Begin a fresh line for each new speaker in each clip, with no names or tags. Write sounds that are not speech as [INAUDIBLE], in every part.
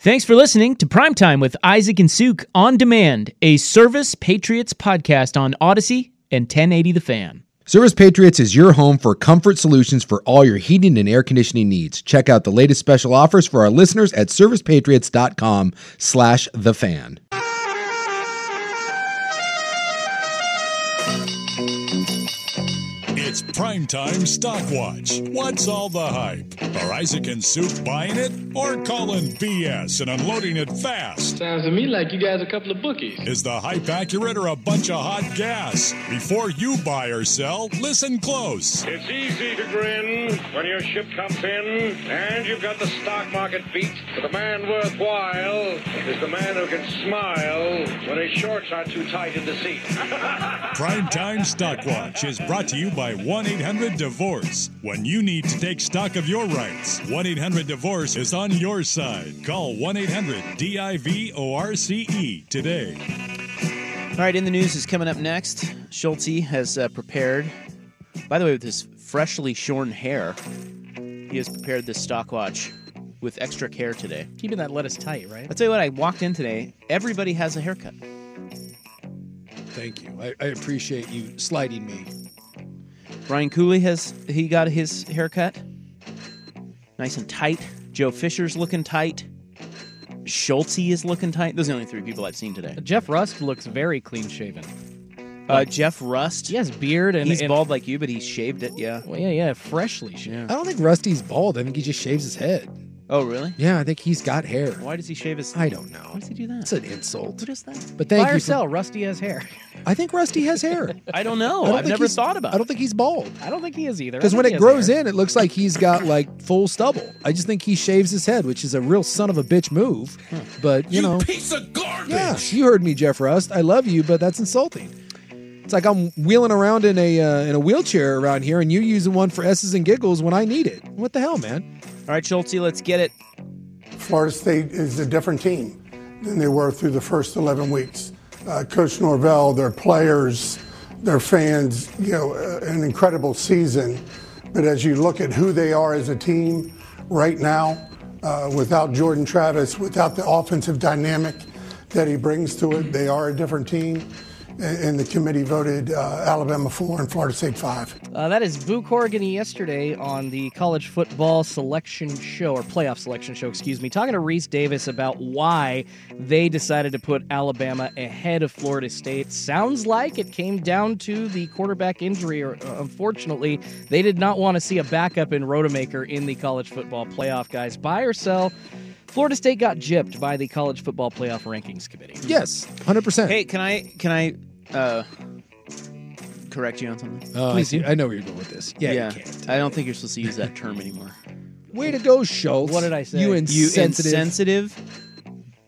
Thanks for listening to Primetime with Isaac and Suk on Demand, a Service Patriots podcast on Odyssey and 1080 The Fan.
Service Patriots is your home for comfort solutions for all your heating and air conditioning needs. Check out the latest special offers for our listeners at servicepatriots.com slash the fan.
It's primetime stock watch. What's all the hype? Are Isaac and Soup buying it or calling BS and unloading it fast?
Sounds uh, to me like you guys a couple of bookies.
Is the hype accurate or a bunch of hot gas? Before you buy or sell, listen close.
It's easy to grin when your ship comes in and you've got the stock market beat. But the man worthwhile is the man who can smile when his shorts are too tight in the seat.
Primetime Stock Watch is brought to you by 1 800 Divorce. When you need to take stock of your rights, 1 800 Divorce is on your side. Call 1 800 D I V O R C E today.
All right, in the news is coming up next. Schulte has uh, prepared, by the way, with his freshly shorn hair, he has prepared this stock watch with extra care today.
Keeping that lettuce tight, right?
I'll tell you what, I walked in today, everybody has a haircut.
Thank you. I, I appreciate you sliding me.
Brian Cooley has, he got his haircut. Nice and tight. Joe Fisher's looking tight. Schulte is looking tight. Those are the only three people I've seen today.
Jeff Rust looks very clean shaven.
Uh, Jeff Rust.
He has beard and
He's
and-
bald like you, but he shaved it, yeah.
Well, yeah, yeah, freshly shaven.
I don't think Rusty's bald. I think he just shaves his head.
Oh, really?
Yeah, I think he's got hair.
Why does he shave his
I don't know.
Why does he do that?
It's an insult.
What is that?
But thank
Buy
you.
or
for-
sell? Rusty has hair.
I think Rusty has hair.
[LAUGHS] I don't know.
I don't
I've
think
never
he's-
thought about
I don't think he's bald.
I don't think he is either. I
Because
think
when
he
it
has
grows
hair.
in, it looks like he's got like full stubble. I just think he shaves his head, which is a real son of a bitch move. But you, know,
piece of garbage!
yeah, you heard me, Jeff Rust. I love you, but that's insulting. It's like I'm wheeling around in a uh, in a wheelchair around here, and you using one for s's and giggles when I need it. What the hell, man?
it. All right, Schulte, let's get it.
Florida State is a different team than they were through the first 11 weeks. Uh, Coach Norvell, their players, their fans, you know, uh, an incredible season. But as you look at who they are as a team right now, uh, without Jordan Travis, without the offensive dynamic that he brings to it, they are a different team. And, and the committee voted uh, Alabama 4 and Florida State 5.
Uh, that is Boo Corrigan yesterday on the college football selection show, or playoff selection show, excuse me, talking to Reese Davis about why they decided to put Alabama ahead of Florida State. Sounds like it came down to the quarterback injury, or uh, unfortunately, they did not want to see a backup in Rodemaker in the college football playoff, guys. Buy or sell? Florida State got gypped by the college football playoff rankings committee. [LAUGHS]
Yes, hundred percent.
Hey, can I can I uh correct you on something?
Oh, I, see, I know where you're going with this. Yeah, you can't.
I don't think you're supposed to use that term anymore.
Way to go, Schultz.
What did I say?
You
You
you
insensitive.
insensitive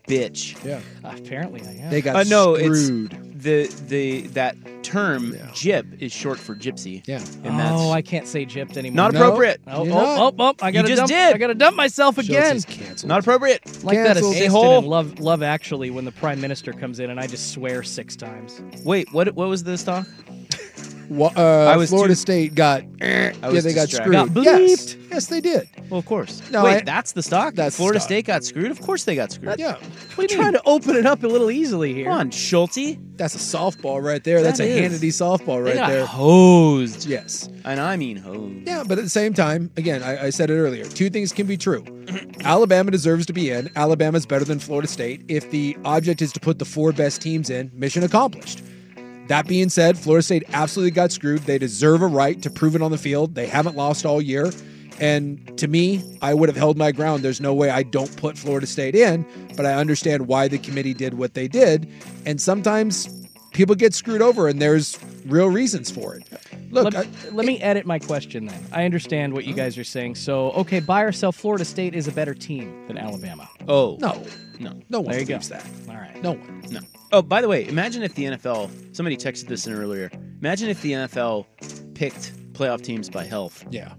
bitch.
yeah,
Apparently, I am.
they got
Uh, no,
screwed.
it's the the that term
Yeah.
gyp is short for gypsy.
yeah,
And that's
oh, I can't say gypped anymore.
not
No.
appropriate.
Oh,
You're
oh,
not.
oh, oh, I gotta
just
dump,
did.
I gotta dump myself again.
Schultz is canceled.
Not appropriate.
like
canceled.
that assistant
A-hole.
in Love Love Actually when the prime minister comes in and I just swear six times.
Wait, what what was the stock?
Wa- uh,
I was
Florida
too-
State got. yeah,
was
they got
distracted.
screwed.
Got
yes, yes, they did.
Well, of course.
No,
Wait,
I-
that's the stock.
That's the
Florida
stock.
State got screwed. Of course they got screwed.
Yeah,
We're trying to open it up a little easily here.
Come on, Schulte.
that's a softball right there. that's
That
a
is.
Hannity softball
they
right
got
there.
hosed.
Yes.
And I mean hosed.
Yeah, but at the same time, again, I, I said it earlier. Two things can be true. Alabama deserves to be in. Alabama's better than Florida State. If the object is to put the four best teams in, mission accomplished. That being said, Florida State absolutely got screwed. They deserve a right to prove it on the field. They haven't lost all year. And to me, I would have held my ground. There's no way I don't put Florida State in, but I understand why the committee did what they did. And sometimes people get screwed over, and there's real reasons for it. Look,
Let,
I,
let me edit my question then. I understand what you guys are saying. So, okay, buy or sell. Florida State is a better team than Alabama.
Oh.
no,
No.
no one
There you go.
believes that.
All right.
No one.
No. Oh, by the way, imagine if the NFL, somebody texted this in earlier. Imagine if the NFL picked playoff teams by health.
Yeah.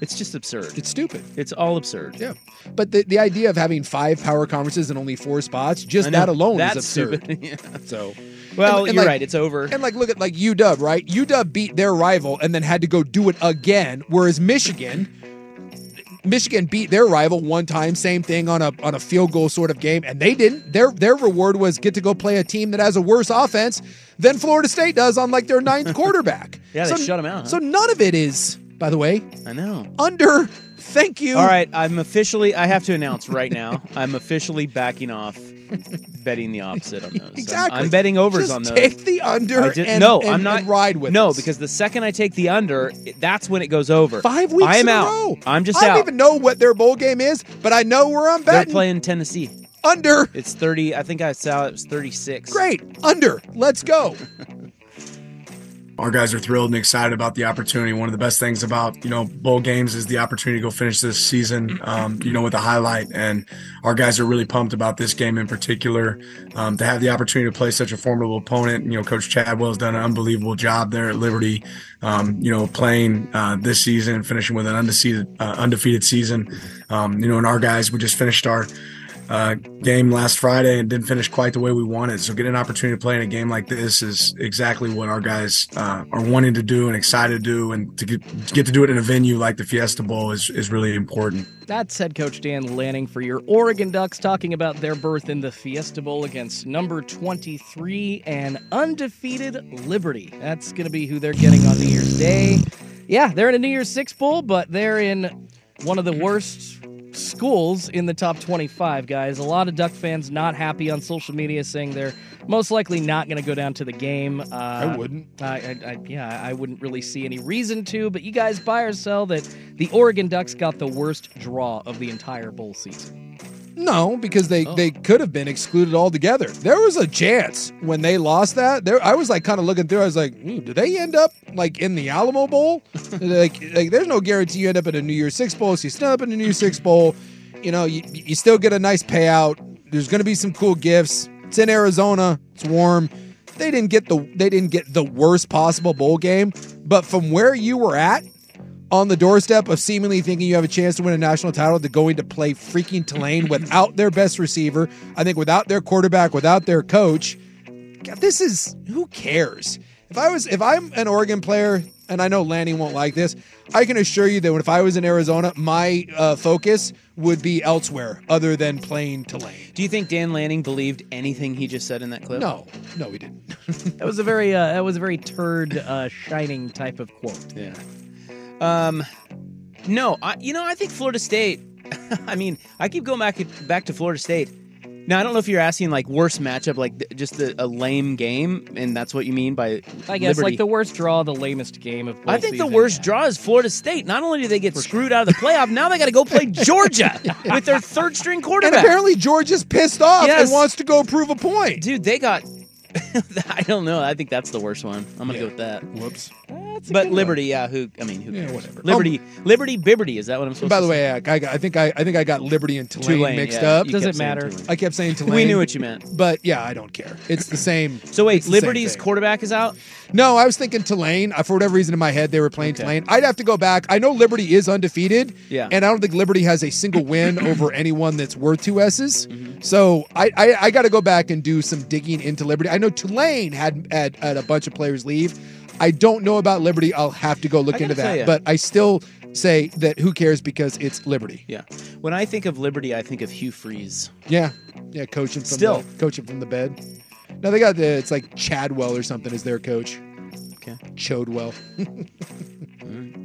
It's just absurd.
It's stupid.
It's all absurd.
Yeah. But the, the idea of having five power conferences and only four spots,
I
just
know.
that alone
That's
is absurd. [LAUGHS]
stupid. [LAUGHS] Yeah.
So
Well,
And- and
you're
like-
right. It's over.
And like look at like UW, right? UW beat their rival and then had to go do it again, whereas Michigan Michigan beat their rival one time, same thing on a on a field goal sort of game, and they didn't. Their their reward was get to go play a team that has a worse offense than Florida State does on like
[LAUGHS]
their ninth quarterback.
Yeah, they shut 'em out, huh?
So none of it is, by the way,
I know.
under. Thank you.
All right, I'm officially. I have to announce right now. I'm officially backing off, betting the opposite
[LAUGHS]
on those. I'm-
Exactly.
I'm, betting overs
Just
on those.
Take the under
I did-
and,
no,
and-
I'm not
and ride with
No,
us.
because the second I take the under, it- that's when it goes over.
five weeks
I am
in
out.
a row.
I'm just
I
out.
don't even know what their bowl game is, but I know where I'm
They're
betting.
playing Tennessee.
under.
It's 30. I think I saw it was 36.
Great. Under. Let's go.
Our guys are thrilled and excited about the opportunity. One of the best things about you know bowl games is the opportunity to go finish this season, um, you know, with a highlight. And our guys are really pumped about this game in particular um, to have the opportunity to play such a formidable opponent. You know, Coach Chadwell's done an unbelievable job there at Liberty. Um, you know, playing uh, this season, finishing with an undefeated uh, undefeated season. Um, you know, and our guys, we just finished our uh, game last Friday and didn't finish quite the way we wanted. So getting an opportunity to play in a game like this is exactly what our guys uh, are wanting to do and excited to do, and to get, to get to do it in a venue like the Fiesta Bowl is is really important.
That's head coach Dan Lanning for your Oregon Ducks talking about their berth in the Fiesta Bowl against number 23 and undefeated Liberty. That's going to be who they're getting on New Year's Day. Yeah, they're in a New Year's Six Bowl, but they're in one of the worst schools in the top 25, guys. A lot of Duck fans not happy on social media saying they're most likely not going to go down to the game. Uh, I
wouldn't.
I, I, I, yeah, I wouldn't really see any reason to, but you guys buy or sell that the Oregon Ducks got the worst draw of the entire bowl season.
No, because they they could have been excluded altogether. There was a chance when they lost that. There, I was like kind of looking through. I was like, "Ooh, do they end up like in the Alamo Bowl? like, like, there's no guarantee you end up in a New Year's Six bowl. So you still end up in a New Year's Six bowl. You know, you, you still get a nice payout. There's going to be some cool gifts. It's in Arizona. It's warm. They didn't get the they didn't get the worst possible bowl game, but from where you were at, on the doorstep of seemingly thinking you have a chance to win a national title to going to play freaking Tulane without their best receiver, I think without their quarterback, without their coach. God, this is who cares? If I was if I'm an Oregon player, and I know Lanny won't like this, I can assure you that if I was in Arizona, my uh, focus would be elsewhere other than playing Tulane.
Do you think Dan Lanning believed anything he just said in that clip?
No, no, we didn't.
That was a very uh, that was a very turd uh, shining type of quote.
Yeah. Um, no, I, you know, I think Florida State. [LAUGHS] I mean, I keep going back back to Florida State. Now, I don't know if you're asking like worst matchup, like th- just the, a lame game, and that's what you mean by
I guess
Liberty.
like the worst draw, the lamest game of. Bowl
I think the
season.
worst draw is Florida State. Not only do they get screwed out of the playoff, now they got to go
[LAUGHS]
play Georgia with their third string
And
quarterback.
apparently George is pissed off
Yes.
and wants to go prove a point.
Dude, they got. [LAUGHS] I don't know. I think that's the worst one. I'm gonna go with that.
Whoops.
That's a
But
good one.
Liberty, yeah. Who? I mean, who?
Yeah,
Cares?
whatever.
Liberty, Liberty, Bibberty. Is that what I'm supposed?
By
to
the
say?
way, I, I- I think I, I think I got Liberty and Tulane,
Tulane
mixed
yeah,
up.
you
Does
kept
it
saying
matter?
Tulane.
I kept saying
[LAUGHS]
Tulane.
We knew what you meant.
But yeah, I don't care. It's the same.
So wait,
it's the same
Liberty's
thing.
quarterback is out.
No, I was thinking Tulane. I- For whatever reason in my head, they were playing Tulane. I'd have to go back. I know Liberty is undefeated.
Yeah.
And I don't think Liberty has a
[COUGHS]
single win over anyone that's worth two S's.
Mm-hmm.
So I, I, I got to go back and do some digging into Liberty. I know Tulane had, had, had a bunch of players leave. I don't know about Liberty. I'll have to go look
gotta
into
tell
that.
ya.
But I still say that who cares because it's Liberty.
Yeah. When I think of Liberty, I think of Hugh Freeze.
Yeah, yeah, coaching from
Still.
the, coaching from the bed. No, they got the it's like Chadwell or something is their coach.
Okay.
Chodwell.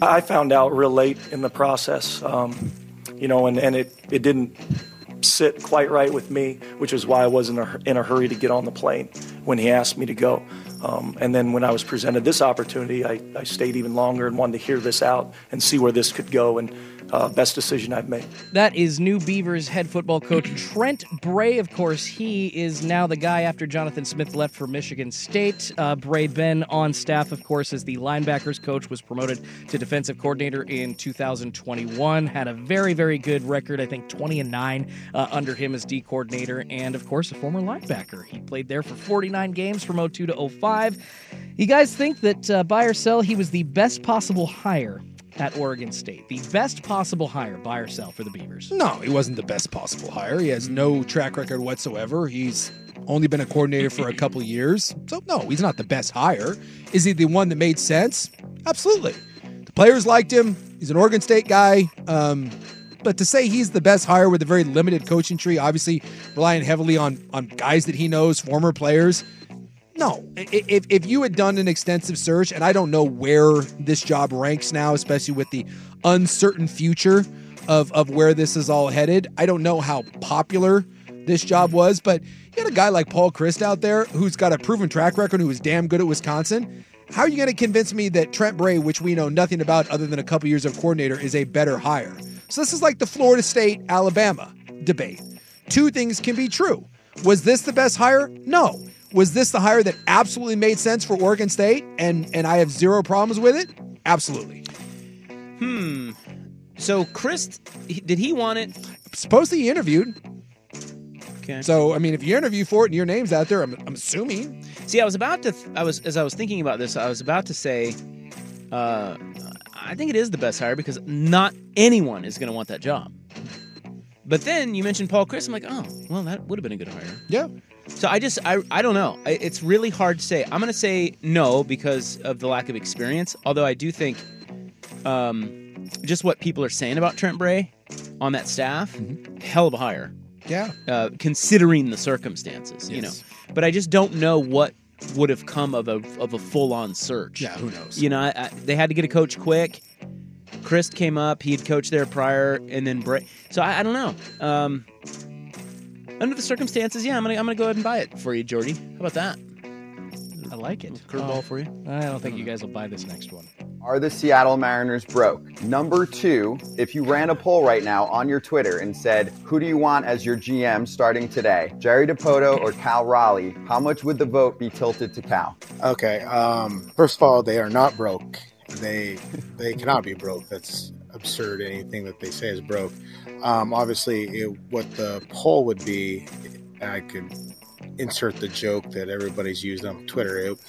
I found out real late in the process, um, you know, and, and it, it didn't sit quite right with me, which is why I wasn't in a, in a hurry to get on the plane when he asked me to go. Um, and then when I was presented this opportunity, I, I stayed even longer and wanted to hear this out and see where this could go. And uh, best decision I've made.
That is New Beavers head football coach Trent Bray. Of course, he is now the guy after Jonathan Smith left for Michigan State. Uh, Bray been on staff, of course, as the linebackers coach, was promoted to defensive coordinator in 2021. Had a very, very good record, I think 20 and 9 uh, under him as D coordinator, and of course, a former linebacker. He played there for 49 games from 02 to 05. You guys think that uh, buy or sell, he was the best possible hire at Oregon State. The best possible hire, buy or sell for the Beavers.
No, he wasn't the best possible hire. He has no track record whatsoever. He's only been a coordinator for a couple years. So no, he's not the best hire. Is he the one that made sense? Absolutely. The players liked him. He's an Oregon State guy. Um, But to say he's the best hire with a very limited coaching tree, obviously relying heavily on on guys that he knows, former players. No, I- i- if, if you had done an extensive search, and I don't know where this job ranks now, especially with the uncertain future of, of where this is all headed, I don't know how popular this job was, but you had a guy like Paul Christ out there who's got a proven track record, who was damn good at Wisconsin. How are you going to convince me that Trent Bray, which we know nothing about other than a couple years of coordinator, is a better hire? So this is like the Florida State Alabama debate. Two things can be true. Was this the best hire? No. Was this the hire that absolutely made sense for Oregon State and and I have zero problems with it? Absolutely.
Hmm. So Chris, he- did he want it?
Supposedly he interviewed.
Okay.
So I mean, if you interview for it and your name's out there, I'm, I'm assuming.
See, I was about to. I was as I was thinking about this. I was about to say, uh, I think it is the best hire because not anyone is going to want that job. But then you mentioned Paul Chris. I'm like, oh, well, that would have been a good hire.
Yeah.
So I just I, I don't know. I, it's really hard to say. I'm going to say no because of the lack of experience. Although I do think, um, just what people are saying about Trent Bray on that staff, hell of a hire
Yeah.
uh, considering the circumstances, you
Yes.
know. But I just don't know what would have come of a of a full on search.
Yeah, who knows?
You know, I, I, they had to get a coach quick. Chris came up; he had coached there prior, and then Bray. So I, I don't know. Um, under the circumstances, yeah, I'm gonna I'm gonna go ahead and buy it for you, Jordy. How about that?
I like it.
Curveball for you.
I don't think you guys will buy this next one.
Are the Seattle Mariners broke? Number two, if you ran a poll right now on your Twitter and said, Who do you want as your GM starting today? Jerry DePoto or Cal Raleigh? How much would the vote be tilted to Cal?
Okay. Um, first of all, they are not broke. They they cannot be broke. That's absurd. Anything that they say is broke. Um, obviously, it, what the poll would be, I could insert the joke that everybody's used on Twitter. It,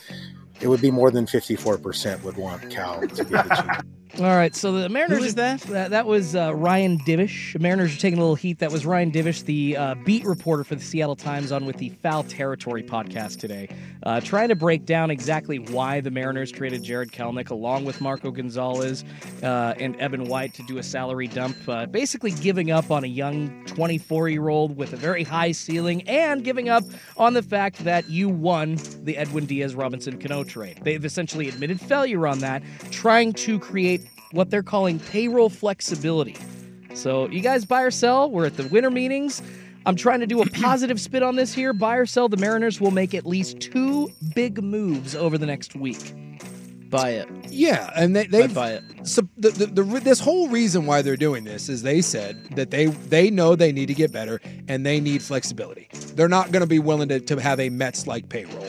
it would be more than fifty-four percent would want Cal to be the GM.
[LAUGHS] All right, so the Mariners.
Who is
that? That, was uh, Ryan Divish. The Mariners are taking a little heat. That was Ryan Divish, the uh, beat reporter for the Seattle Times, on with the Foul Territory podcast today, uh, trying to break down exactly why the Mariners traded Jared Kelnick along with Marco Gonzalez uh, and Evan White to do a salary dump, uh, basically giving up on a young 24 year old with a very high ceiling and giving up on the fact that you won the Edwin Diaz Robinson Cano trade. They've essentially admitted failure on that, trying to create what they're calling payroll flexibility. So, you guys buy or sell? We're at the winter meetings. I'm trying to do [CLEARS THROAT] a positive spin on this here. Buy or sell, the Mariners will make at least two big moves over the next week.
Buy it.
Yeah, and they they
buy it.
So the, the, the re- this whole reason why they're doing this is they said that they they know they need to get better and they need flexibility. They're not going to be willing to, to have a Mets like payroll,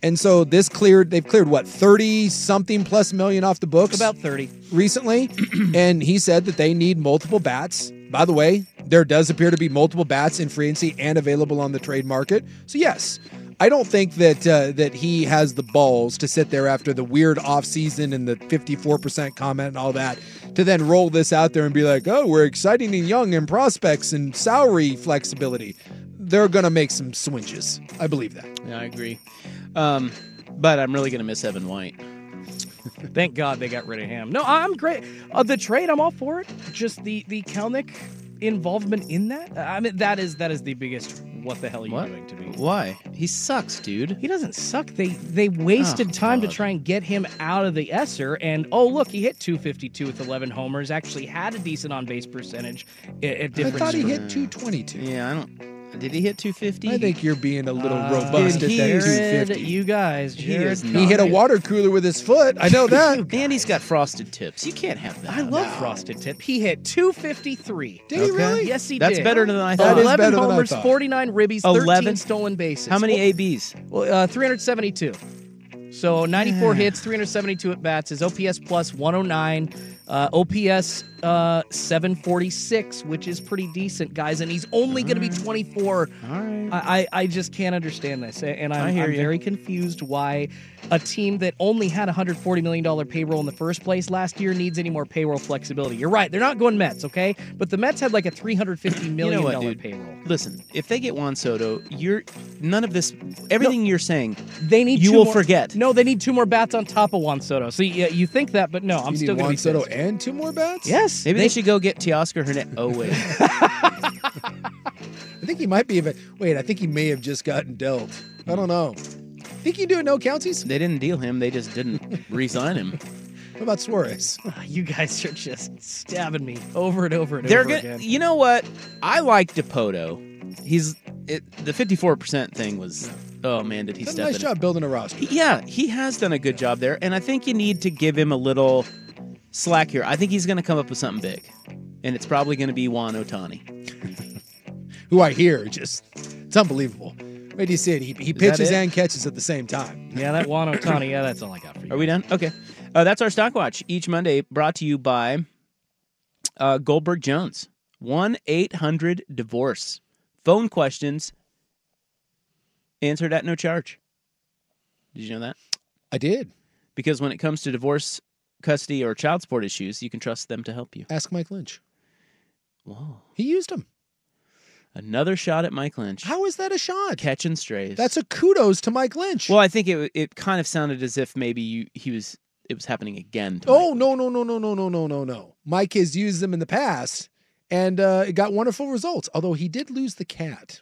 and so this cleared. They've cleared what thirty something plus million off the books
About 30.
recently, [CLEARS THROAT] and he said that they need multiple bats. By the way, there does appear to be multiple bats in free agency and available on the trade market. So yes, I don't think that uh, that he has the balls to sit there after the weird offseason and the 54% comment and all that to then roll this out there and be like, "Oh, we're exciting and young and prospects and salary flexibility." They're going to make some swinges. I believe that.
Yeah, I agree. Um, but I'm really gonna miss Evan White.
[LAUGHS] Thank God they got rid of him. No, I- I'm great. Uh, the trade, I'm all for it. Just the the Kelnick involvement in that. I mean, that is that is the biggest. What the hell are you
What?
doing to me?
Why? He sucks, dude.
He doesn't suck. They they wasted
Oh,
time
God.
to try and get him out of the Esser. And oh look, he hit 252 with 11 homers. Actually had a decent on base percentage. At, at
I
different
thought he
spurts.
hit 222.
Yeah, I don't. Did he hit 250?
I think you're being a little
Uh,
robust at that
did he-
250.
Jared, you guys,
He
Jared,
is
He hit a water cooler with his foot. I know Oh, that.
And he's got frosted tips. You can't have that.
[LAUGHS] I love Frosted Tip. He hit 253.
Did he really?
Yes, he
That's
did.
better than I
That
thought.
is
11
better than I
homers,
thought.
49 ribbies,
11?
13 stolen bases.
How many
Well,
ABs?
well, uh, 372. So 94 hits, 372 at bats. His OPS plus 109, uh, OPS uh, 746, which is pretty decent, guys. And he's only going to be 24.
All right.
I, I I just can't understand this, a- and I'm,
I hear
I'm
you.
very confused why a team that only had a $140 million payroll in the first place last year needs any more payroll flexibility. You're right, they're not going Mets, okay? But the Mets had like a $350
You
million
know what, dude?
payroll.
Listen, if they get Juan Soto, you're none of this. Everything you're saying,
They need
You
two
will
more-
forget.
No, they need two more bats on top of Juan Soto. So you, you think that, but no, I'm
You need
still going to
Juan
be
Soto
pissed.
and two more bats.
Yes,
Maybe they, should go get Teoscar Hernandez. Oh wait, [LAUGHS]
I think he might be. Even, wait, I think he may have just gotten dealt. I don't know. Think you do it no counties?
They didn't deal him. They just didn't resign him.
What about Suarez?
[LAUGHS] you guys are just stabbing me over and over and
They're
over
gonna.
again.
You know what? I like Depoto. He's it, the fifty-four percent thing was. Oh man, did he
Done a
step
nice
in?
job building a roster.
Yeah, he has done a good job there, and I think you need to give him a little slack here. I think he's going to come up with something big, and it's probably going to be Juan Otani.
Who I hear just it's unbelievable. Wait, do you see it? He, he
that
pitches
it?
and catches at the same time.
Yeah, that Juan Otani. Yeah, that's all I got for you.
Are we done? Okay, uh, that's our stock watch each Monday, brought to you by uh, Goldberg Jones. One eight hundred divorce phone questions answered at no charge. Did you know that?
I did.
Because when it comes to divorce, custody, or child support issues, you can trust them to help you.
Ask Mike Lynch.
Whoa.
He used him.
Another shot at Mike Lynch.
How is that a shot?
Catching strays.
That's a kudos to Mike Lynch.
Well, I think it it kind of sounded as if maybe you, he was it was happening again. To
Oh no no no no no no no no no! Mike has used them in the past, and uh, it got wonderful results. Although he did lose the cat.